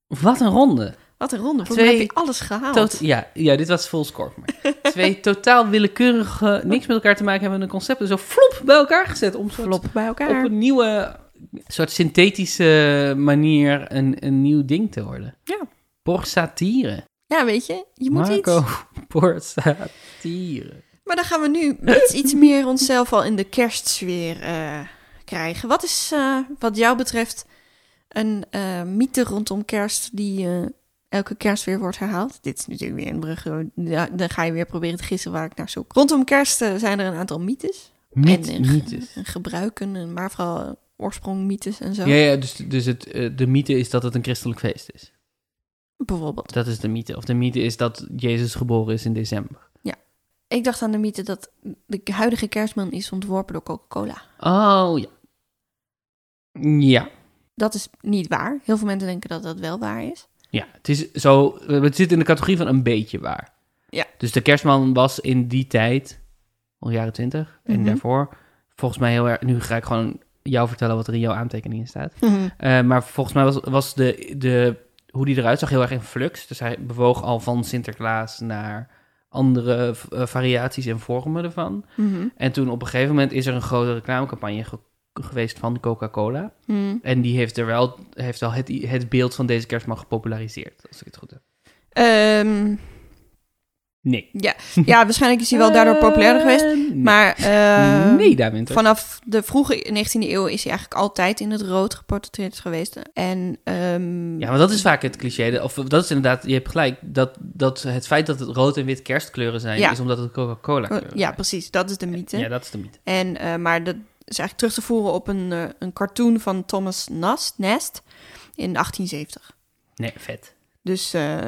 Wat een ronde.
Wat een ronde. Voor
Twee
mij heb je alles gehaald.
Tot, ja, ja, dit was full score voor mij. Twee totaal willekeurige, niks met elkaar te maken hebben, een concept dus zo flop bij elkaar gezet. Om een soort,
Flop bij elkaar.
op een nieuwe, soort synthetische manier een, een nieuw ding te worden.
Ja.
Borsatire.
Ja, weet je, je moet
Marco
iets.
Borsatire.
Maar dan gaan we nu iets, iets meer onszelf al in de kerstsfeer eh, krijgen. Wat is eh, wat jou betreft een eh, mythe rondom kerst die eh, elke kerst weer wordt herhaald? Dit is natuurlijk weer een brug. hoor. Ja, dan ga je weer proberen te gissen waar ik naar zoek. Rondom kerst eh, zijn er een aantal mythes.
Myth-
en, eh,
mythes.
en gebruiken, en maar vooral eh, oorsprongmythes en zo.
Ja, ja dus, dus het, eh, de mythe is dat het een christelijk feest is.
Bijvoorbeeld.
Dat is de mythe. Of de mythe is dat Jezus geboren is in december.
Ik dacht aan de mythe dat de huidige kerstman is ontworpen door Coca-Cola.
Oh ja. Ja.
Dat is niet waar. Heel veel mensen denken dat dat wel waar is.
Ja, het, is zo, het zit in de categorie van een beetje waar.
Ja.
Dus de kerstman was in die tijd, al jaren twintig en
Mhm.
daarvoor, volgens mij heel erg... Nu ga ik gewoon jou vertellen wat er in jouw aantekeningen staat.
Mhm.
Eh, maar volgens mij was, was de, de, hoe die eruit zag heel erg in flux. Dus hij bewoog al van Sinterklaas naar andere eh, variaties en vormen ervan.
Mhm.
En toen op een gegeven moment is er een grote reclamecampagne ge- geweest van Coca-Cola.
Mhm.
En die heeft er wel, heeft wel het, i- het beeld van deze kerstman gepopulariseerd, als ik het goed heb.
Ehm,
Nee.
ja, waarschijnlijk is hij wel daardoor populairder geweest.
Eh, nee.
Maar ehm,
nee, daar wint het.
vanaf de vroege 19e eeuw is hij eigenlijk altijd in het rood geportretteerd geweest. En ehm,
Ja, maar dat is vaak het cliché. De- Of dat is inderdaad, je hebt gelijk, dat, dat het feit dat het rood en wit kerstkleuren zijn,
Ja. Oh,
is omdat het Coca-Cola kleuren
eh, ja, precies. Dat is de mythe.
zijn. Ja, dat is de mythe.
En, eh, maar dat is eigenlijk terug te voeren op een, eh, een cartoon van Thomas Nast, Nest in 1870.
Nee, vet.
Dus eh,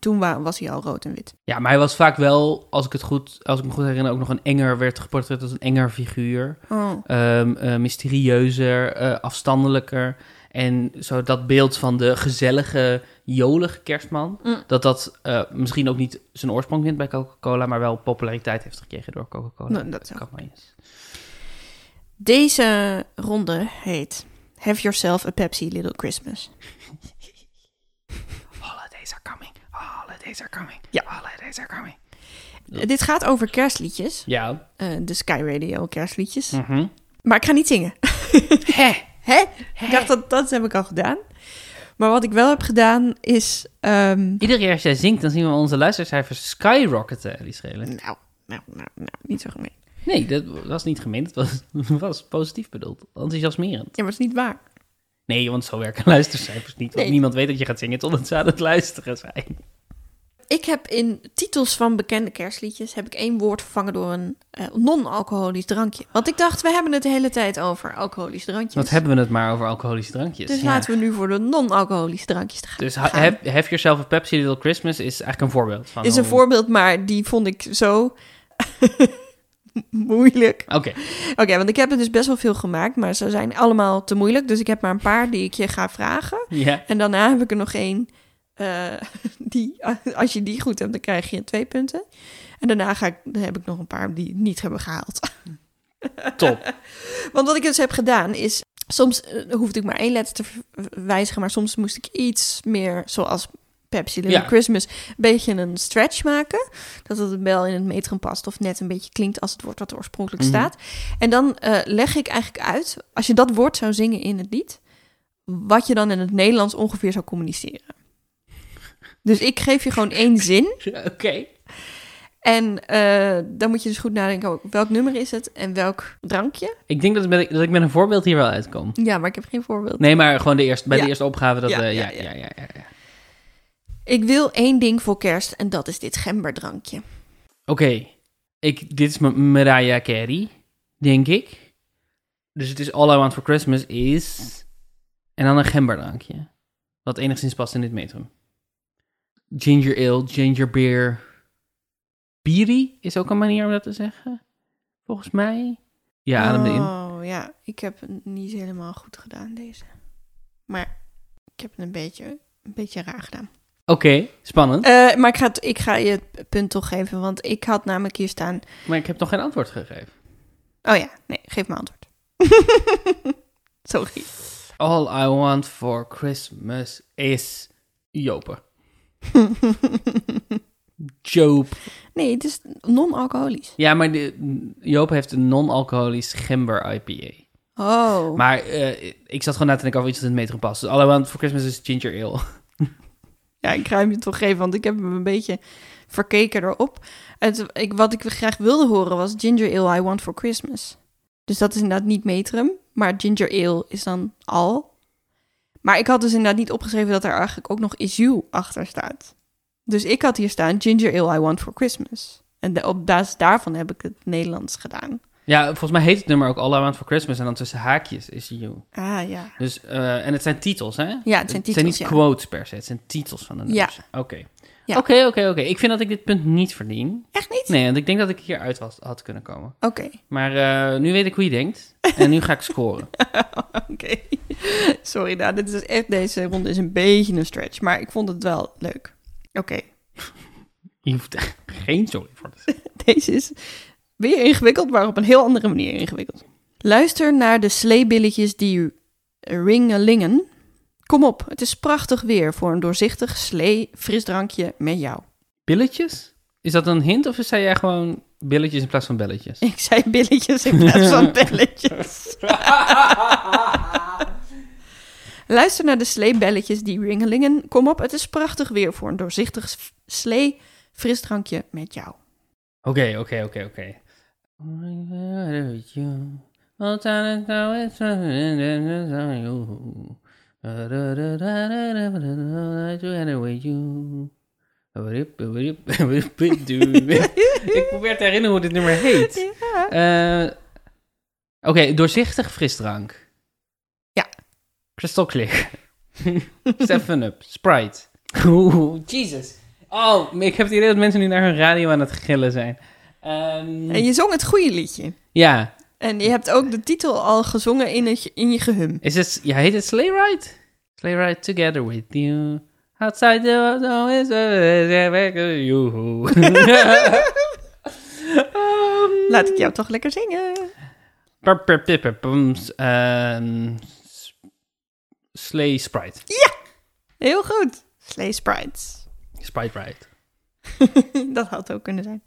toen wa- was hij al rood en wit.
Ja, maar hij was vaak wel, als ik, het goed, als ik me goed herinner, ook nog een enger, werd geportretteerd als een enger figuur.
Oh.
ehm, eh, mysterieuzer, eh, afstandelijker. En zo dat beeld van de gezellige, jolige kerstman...
Mm.
dat dat eh, misschien ook niet zijn oorsprong vindt bij Coca-Cola... maar wel populariteit heeft gekregen door Coca-Cola.
Nou, dat is ook-
Campagnes.
Deze ronde heet Have Yourself a Pepsi Little Christmas.
Holidays are coming, holidays are coming,
Ja.
holidays are coming.
Eh, Dit gaat over kerstliedjes,
Ja.
eh, de Sky Radio kerstliedjes.
Mhm.
Maar ik ga niet zingen.
Hè.
Hè? Ik dacht, dat, dat heb ik al gedaan. Maar wat ik wel heb gedaan is... ehm,
Iedere keer als jij zingt, dan zien we onze luistercijfers skyrocketen, die schelen.
nou, nou, nou, nou, niet zo gemeen.
Nee, dat was niet gemeend, dat was, was positief bedoeld, enthousiasmerend.
Ja, maar het is niet waar.
Nee, want zo werken luistercijfers niet. Want
Nee.
niemand weet dat je gaat zingen totdat ze aan het luisteren zijn.
Ik heb in titels van bekende kerstliedjes... heb ik één woord vervangen door een eh, non-alcoholisch drankje. Want ik dacht, we hebben het de hele tijd over alcoholisch drankjes.
Wat hebben we het maar over alcoholische drankjes.
dus
Ja.
laten we nu voor de non-alcoholische drankjes te gaan.
Dus ha-
gaan. Oh,
have, have Yourself a Pepsi Little Christmas is eigenlijk een voorbeeld. Van
is een
hoe-
voorbeeld, maar die vond ik zo moeilijk.
Oké,
Oké, want ik heb er dus best wel veel gemaakt, maar ze zijn allemaal te moeilijk. Dus ik heb maar een paar die ik je ga vragen.
ja.
En daarna heb ik er nog één. eh, die, als je die goed hebt, dan krijg je twee punten. En daarna ga ik, dan heb ik nog een paar die het niet hebben gehaald.
Top.
Want wat ik dus heb gedaan is. Soms eh, hoefde ik maar één letter te v- wijzigen, maar soms moest ik iets meer, zoals Pepsi Little
Ja.
Christmas, een beetje een stretch maken. Dat het wel in het metrum past of net een beetje klinkt als het woord wat er oorspronkelijk
Mhm.
staat. En dan eh, leg ik eigenlijk uit, als je dat woord zou zingen in het lied, wat je dan in het Nederlands ongeveer zou communiceren. Dus ik geef je gewoon één zin
Oké.
en eh, dan moet je dus goed nadenken, oh, welk nummer is het en welk drankje?
Ik denk dat, met- dat ik met een voorbeeld hier wel uitkom.
Ja, maar ik heb geen voorbeeld.
Nee, maar gewoon de eerste, bij
Ja.
de eerste opgave. Dat,
Ja,
eh,
ja,
ja, ja, ja, ja, ja.
Ik wil één ding voor kerst en dat is dit gemberdrankje.
Oké, ik, dit is M- Mariah Carey, denk ik. Dus het is All I Want For Christmas is... En dan een gemberdrankje. Wat enigszins past in dit metrum. Ginger ale, ginger beer. Biri is ook een manier om dat te zeggen. Volgens mij. Ja, adem erin.
Oh ja, ik heb het niet helemaal goed gedaan deze. Maar ik heb het een beetje, een beetje raar gedaan.
Oké, spannend.
Eh, maar ik ga, het- ik ga je het punt toch geven, want ik had namelijk hier staan...
Maar ik heb nog geen antwoord gegeven.
Oh ja, nee, geef me antwoord. Sorry.
All I want for Christmas is... Jopen. Joop.
nee, het is non-alcoholisch.
Ja, maar de, Joop heeft een non-alcoholisch gember IPA.
Oh.
Maar eh, ik zat gewoon na te denken over iets dat in het metro past. Dus All I Want For Christmas is ginger ale.
Ja, ik ga hem je toch geven, want ik heb hem een beetje verkeken erop. Het, ik, wat ik graag wilde horen was ginger ale I want for Christmas. Dus dat is inderdaad niet metrum, maar ginger ale is dan al. Maar ik had dus inderdaad niet opgeschreven dat er eigenlijk ook nog issue achter staat. Dus ik had hier staan ginger ale I want for Christmas. En de- op basis daarvan heb ik het Nederlands gedaan.
Ja, volgens mij heet het nummer ook All I Want For Christmas. En dan tussen haakjes is you.
Ah ja.
Dus, eh, en het zijn titels, hè?
Ja, het zijn
Het zijn
titels,
niet
ja.
quotes per se. Het zijn titels van de nummers. Oké.
Ja.
Oké, oké, oké. Ik vind dat ik dit punt niet verdien.
Echt niet?
Nee, want ik denk dat ik hieruit was, had kunnen komen.
Oké.
Maar eh, nu weet ik hoe je denkt. En nu ga ik scoren.
Oké. Sorry, nou, dit is echt, deze ronde is een beetje een stretch, maar ik vond het wel leuk. Oké,
Je hoeft echt geen sorry voor te zeggen.
deze is weer ingewikkeld, maar op een heel andere manier ingewikkeld. Luister naar de sleebilletjes die u ringelingen. Kom op, het is prachtig weer voor een doorzichtig slee frisdrankje met jou.
Billetjes? Is dat een hint of zei jij gewoon billetjes in plaats van belletjes?
Ik zei billetjes in plaats van belletjes. Luister naar de sleebelletjes die ringelingen. Kom op, het is prachtig weer voor een doorzichtig s- slee frisdrankje met jou.
Oké, oké, oké, oké. Ik probeer te herinneren hoe dit nummer heet.
Ja.
Eh, oké, doorzichtig frisdrank.
Ja.
Kristalklik. Seven Up. Sprite. Oeh, Jesus. Oh, ik heb het idee dat mensen nu naar hun radio aan het gillen zijn. Ehm,
En je zong het goede liedje.
Ja,
En je hebt ook de titel al gezongen in, het, in je gehum.
is het, ja, heet het Sleigh Ride? Sleigh Ride together with you. Outside the window is a- back to you. Ehm,
Laat ik jou toch lekker zingen.
Pap, pap, pap, pap, pam, s- ehm, s- Slay Sprite.
Heel goed. Slee sprites.
Sprite Ride.
Dat had ook kunnen zijn.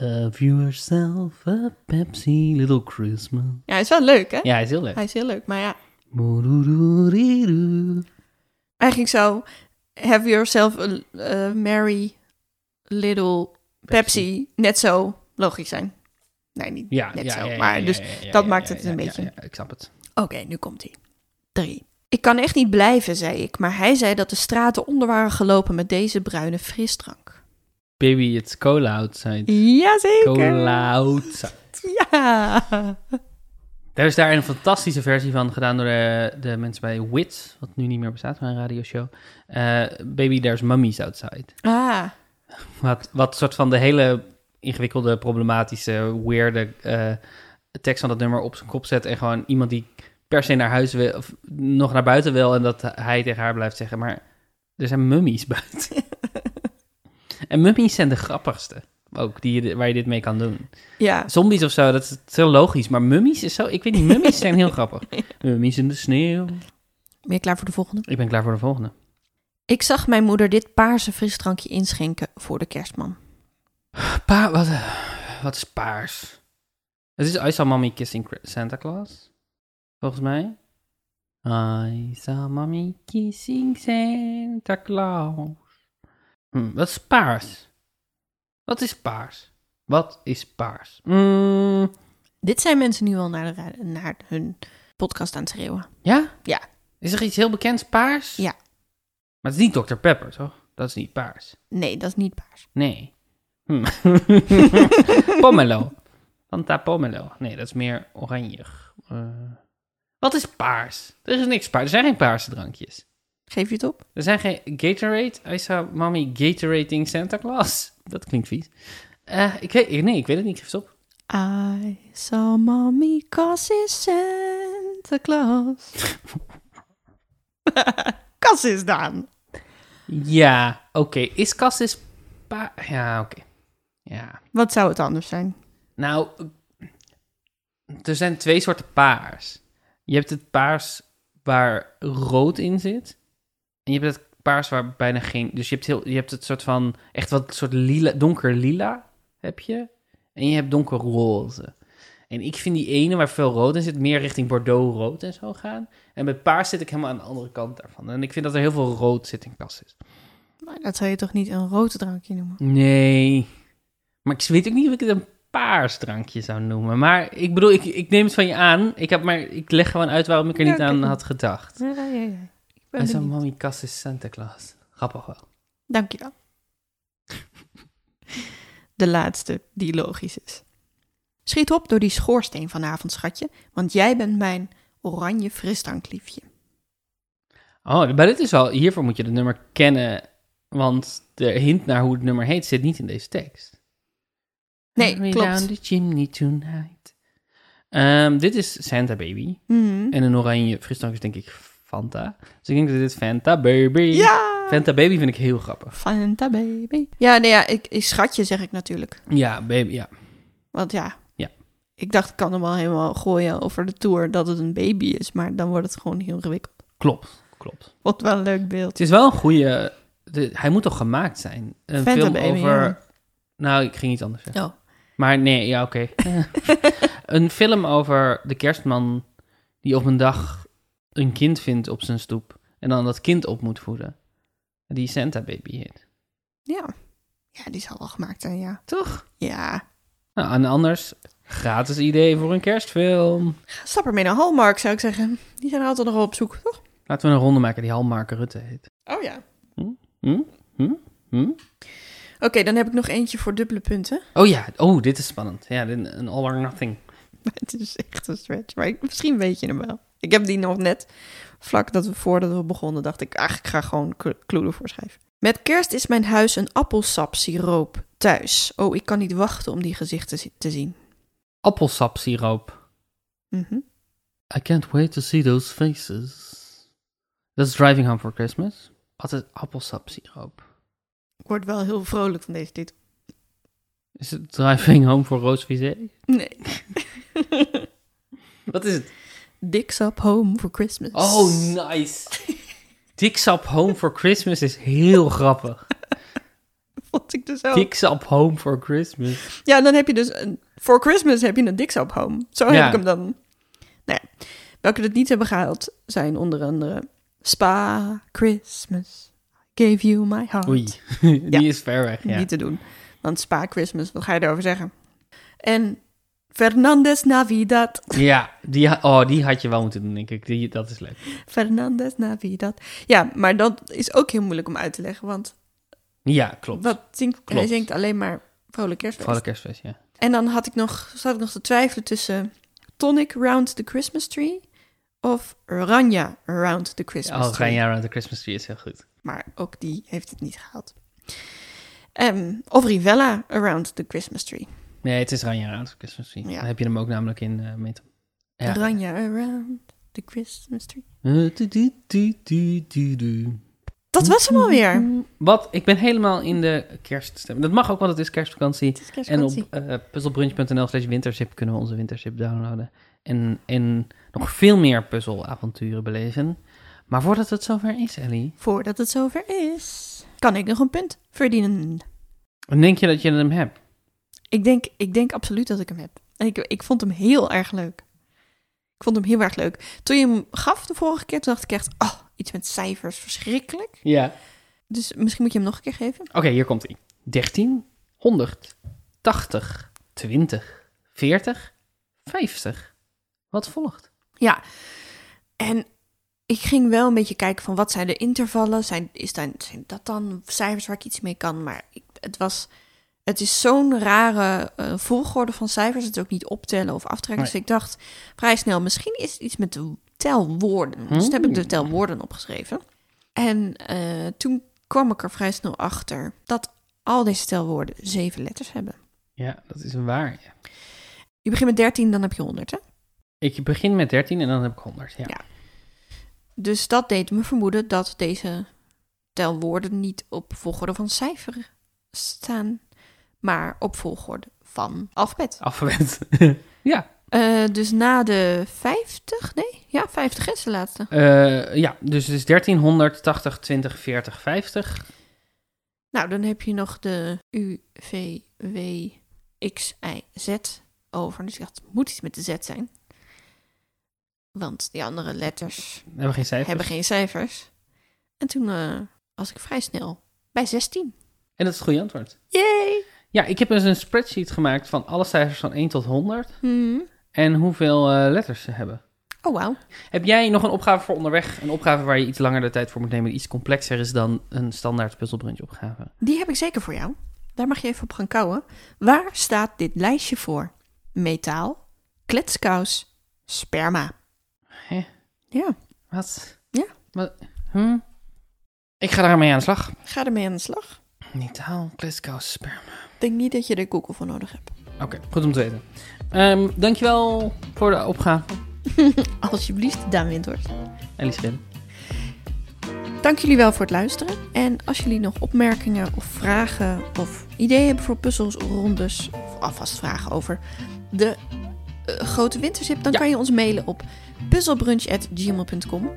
Have yourself a Pepsi Little Christmas.
Ja, hij is wel leuk, hè?
Ja, hij is heel leuk.
Hij is heel leuk, maar ja.
Moeroeroeriroe.
Eigenlijk zou Have Yourself a eh, Merry Little Pepsi. net zo logisch zijn. Nee, niet
Ja,
net
ja,
zo.
ja, ja,
maar
ja,
dus
ja, ja,
dat
ja,
maakt
ja,
het
ja,
een
ja,
beetje.
ja, ik snap het.
Oké, nu komt hij. Drie. Ik kan echt niet blijven, zei ik, maar hij zei dat de straten onder waren gelopen met deze bruine frisdrank.
Baby, it's cola outside.
Jazeker!
Cola outside.
Ja!
Er is daar een fantastische versie van gedaan door de, de mensen bij Wits, wat nu niet meer bestaat, maar een radioshow. Eh, Baby, there's mummies outside.
Ah,
Wat, wat soort van de hele ingewikkelde, problematische, weirde eh, tekst van dat nummer op zijn kop zet. En gewoon iemand die per se naar huis wil, of nog naar buiten wil. En dat hij tegen haar blijft zeggen, maar er zijn mummies buiten. en mummies zijn de grappigste. Ook die, je- waar je dit mee kan doen.
ja.
Zombies of zo, dat is heel logisch. Maar mummies is zo. Ik weet niet, mummies zijn heel grappig. Mummies in de sneeuw.
Ben je klaar voor de volgende?
Ik ben klaar voor de volgende.
Ik zag mijn moeder dit paarse frisdrankje inschenken voor de kerstman.
Pa, wat, eh, wat is paars? Het is I Saw Mommy Kissing Cri- Santa Claus. Volgens mij. I Saw Mommy Kissing Santa Claus. Hm, wat is paars? Wat is paars? Wat is paars? Mm,
Dit zijn mensen nu al naar, de ra- naar hun podcast aan het schreeuwen.
ja?
Ja.
Is er iets heel bekends paars?
Ja.
Maar het is niet Dr. Pepper, toch? Dat is niet paars.
Nee, dat is niet paars.
Nee. Hm. pomelo. Fanta pomelo. Nee, dat is meer oranje. Eh, wat is paars? Er is niks paars. Er zijn geen paarse drankjes.
Geef je het op?
Er zijn geen Gatorade. I saw mommy Gatorating Santa Claus. Dat klinkt vies. Eh, ik weet, nee, ik weet het niet. Ik geef het op.
I saw mommy Cassis Santa Claus. Cassis Daan.
Ja, oké. Is Cassis pa... Ja, oké. Ja.
Wat zou het anders zijn?
Nou, er zijn twee soorten paars. Je hebt het paars waar rood in zit. En je hebt het paars waar bijna geen... Dus je hebt, heel, je hebt het soort van... Echt wat soort lila, donker lila heb je. En je hebt donkerroze. En ik vind die ene waar veel rood in zit... meer richting bordeaux rood en zo gaan. En met paars zit ik helemaal aan de andere kant daarvan. En ik vind dat er heel veel rood zit in Cassis.
Maar dat zou je toch niet een rood drankje noemen?
Nee. Maar ik weet ook niet of ik het een paars drankje zou noemen. Maar ik bedoel, ik, ik neem het van je aan. Ik, heb maar, ik leg gewoon uit waarom ik er
Ja,
niet
oké.
aan had gedacht.
Ja, ja, ja. Ik ben
En zo'n
benieuwd.
mommy kast is Santa Claus. Grappig wel.
Dankjewel. De laatste die logisch is. Schiet op door die schoorsteen vanavond, schatje, want jij bent mijn oranje frisdrankliefje.
Oh, maar dit is wel... Hiervoor moet je het nummer kennen. Want de hint naar hoe het nummer heet zit niet in deze tekst.
Nee,
Hurry
klopt.
down the chimney tonight. Ehm, dit is Santa Baby.
Mhm.
En een oranje frisdrank is denk ik Fanta. Dus ik denk dat dit Fanta Baby...
Ja!
Fanta Baby vind ik heel grappig.
Fanta baby. Ja, nee, ja, ik, ik schatje zeg ik natuurlijk.
Ja, baby, ja.
Want ja,
Ja.
ik dacht ik kan hem wel helemaal gooien over de tour dat het een baby is, maar dan wordt het gewoon heel ingewikkeld.
Klopt, klopt.
Wat wel een leuk beeld.
Het is wel een goede. de- hij moet toch gemaakt zijn? Een
Phantom
film
Baby,
over.
ja.
Nou, ik ging iets anders zeggen.
Oh.
Maar nee, ja, oké. een film over de kerstman die op een dag een kind vindt op zijn stoep. En dan dat kind op moet voeden. Die Santa Baby heet.
Ja. Ja, die zal wel gemaakt zijn, ja.
Toch?
Ja.
Nou, en anders, gratis idee voor een kerstfilm.
Stap ermee naar Hallmark, zou ik zeggen. Die zijn er altijd nog wel op zoek, toch?
Laten we een ronde maken die Halmark Rutte heet.
Oh ja.
Hm? Hm? Hm?
Oké, dan heb ik nog eentje voor dubbele punten.
Oh ja, oh, dit is spannend. Ja, dit- een all or nothing.
Het is echt een stretch, maar ik- misschien weet je hem wel. Ik heb die nog net, vlak dat we voordat we begonnen, dacht ik, ach, ik ga gewoon cl- clue ervoor schrijven. Met kerst is mijn huis een appelsap siroop thuis. Oh, ik kan niet wachten om die gezichten zi- te zien.
Appelsapsiroop.
Mhm.
I can't wait to see those faces. Dat is Driving Home for Christmas. Altijd appelsapsiroop.
Ik word wel heel vrolijk van deze titel.
Is het Driving Home for Roos Vizé?
Nee.
Wat is het?
Dick's up home for Christmas.
Oh, nice. Diksap Home for Christmas is heel grappig.
Vond ik dus ook.
Diksap Home for Christmas.
Ja, dan heb je dus een, voor Christmas heb je een Dix op home.
Ja.
Zo heb ik hem dan. Nou ja, welke het niet hebben gehaald zijn onder andere Spa Christmas. I gave you my heart.
Oei, die
Ja.
is ver weg, ja.
Niet te doen. Want Spa Christmas, wat ga je daarover zeggen? En Fernandez Navidad.
Ja, die, ha- oh, die had je wel moeten doen, denk ik. Die, dat is leuk.
Fernandez Navidad. Ja, maar dat is ook heel moeilijk om uit te leggen, want
Ja, klopt.
wat zingt, hij
Klopt.
zingt alleen maar vrolijk kerstfeest.
Vrolijk kerstfeest, ja.
En dan had ik nog, zat ik nog te twijfelen tussen Tonic Round the Christmas Tree of Oranje Round the Christmas
Oh,
Tree.
Ranja Around the Christmas Tree is heel goed.
Maar ook die heeft het niet gehaald. Ehm, of Rivella Around the Christmas Tree.
Nee, het is Ranja Around the Christmas Tree.
Ja.
Dan heb je hem ook namelijk in eh Metam. Ja.
Oranje Around the Christmas Tree.
Eh, du- du- du- du- du- du.
Dat was hem
Mm-hmm.
alweer.
Mm, Wat? Ik ben helemaal in de kerststemming. Dat mag ook, want het is kerstvakantie.
Het is kerstvakantie.
En op eh puzzelbrunch.nl slash winterzip kunnen we onze winterzip downloaden. En, en nog veel meer puzzelavonturen beleven. Maar voordat het zover is, Ellie,
Voordat het zover is, kan ik nog een punt verdienen.
dan denk je dat je hem hebt.
Ik denk, ik denk absoluut dat ik hem heb. En ik, ik vond hem heel erg leuk. Ik vond hem heel erg leuk. Toen je hem gaf de vorige keer, toen dacht ik echt... Oh, iets met cijfers, verschrikkelijk.
Ja.
Dus misschien moet je hem nog een keer geven.
Oké, hier komt ie. 13, 100, 80, 20, 40, 50. Wat volgt?
Ja. En ik ging wel een beetje kijken van wat zijn de intervallen? Zijn, is dan, zijn dat dan cijfers waar ik iets mee kan? Maar ik, het was Het is zo'n rare eh, volgorde van cijfers. Het is ook niet optellen of aftrekken.
Nee.
Dus ik dacht vrij snel, misschien is het iets met de telwoorden. Dus toen heb ik de telwoorden opgeschreven. En eh, toen kwam ik er vrij snel achter dat al deze telwoorden zeven letters hebben.
Ja, dat is waar. ja.
Je begint met 13, dan heb je 100. Hè?
Ik begin met 13 en dan heb ik 100. Ja.
Ja. Dus dat deed me vermoeden dat deze telwoorden niet op volgorde van cijfer staan, maar op volgorde van alfabet.
Alfabet.
Eh, dus na de 50, nee? Ja, 50 is de laatste.
Eh, ja, dus het is 13, 100, 80, 20, 40, 50.
Nou, dan heb je nog de U, V, W, X, Y, Z over. Dus ik dacht, het moet iets met de Z zijn. Want die andere letters
We hebben geen cijfers.
hebben geen cijfers. En toen eh, was ik vrij snel bij 16.
En dat is het goede antwoord.
Yay!
Ja, ik heb dus een spreadsheet gemaakt van alle cijfers van 1 tot 100
Hmm.
en hoeveel eh, letters ze hebben.
Oh, wauw.
Heb jij nog een opgave voor onderweg? Een opgave waar je iets langer de tijd voor moet nemen, die iets complexer is dan een standaard puzzelbrunch opgave?
Die heb ik zeker voor jou. Daar mag je even op gaan kouwen. Waar staat dit lijstje voor? Metaal, kletskous, sperma.
Hè?
Ja,
Wat?
Ja.
Wat? Hm? Ik ga daarmee aan de slag.
ga ermee aan de slag.
Niet taal, kletskous, sperma.
Ik denk niet dat je er Google voor nodig hebt.
Oké, goed om te weten. Ehm, dankjewel voor de opgave,
Alsjeblieft, Daan Windhorst.
Alice Rin.
Dank jullie wel voor het luisteren. En als jullie nog opmerkingen of vragen of ideeën hebben voor puzzels, rondes of alvast vragen over de eh, grote winterzip, dan
Ja.
kan je ons mailen op puzzelbrunch.gmail.com.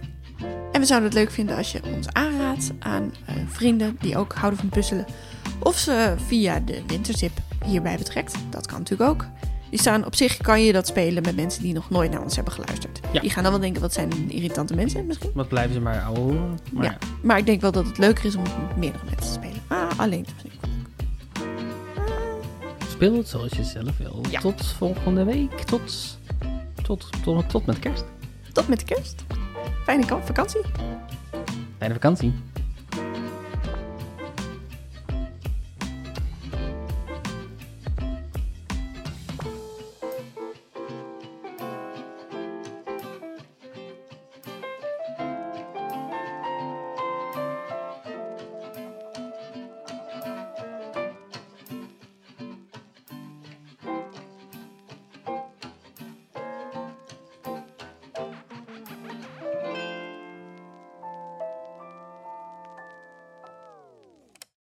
En we zouden het leuk vinden als je ons aanraadt aan eh, vrienden die ook houden van puzzelen. Of ze via de winterzip hierbij betrekt. Dat kan natuurlijk ook. Die staan op zich kan je dat spelen met mensen die nog nooit naar ons hebben geluisterd.
Ja.
Die gaan dan wel denken, wat zijn irritante mensen misschien?
Wat blijven ze maar ouwe hoeren. Maar
Ja. Maar ik denk wel dat het leuker is om het met meerdere mensen te spelen. Ah, alleen. dat vind ik wel.
ja, speel het zoals je zelf wil.
Ja.
Tot volgende week. Tot, tot, tot, tot met kerst.
Tot met de kerst. Fijne kamp- vakantie.
Fijne vakantie.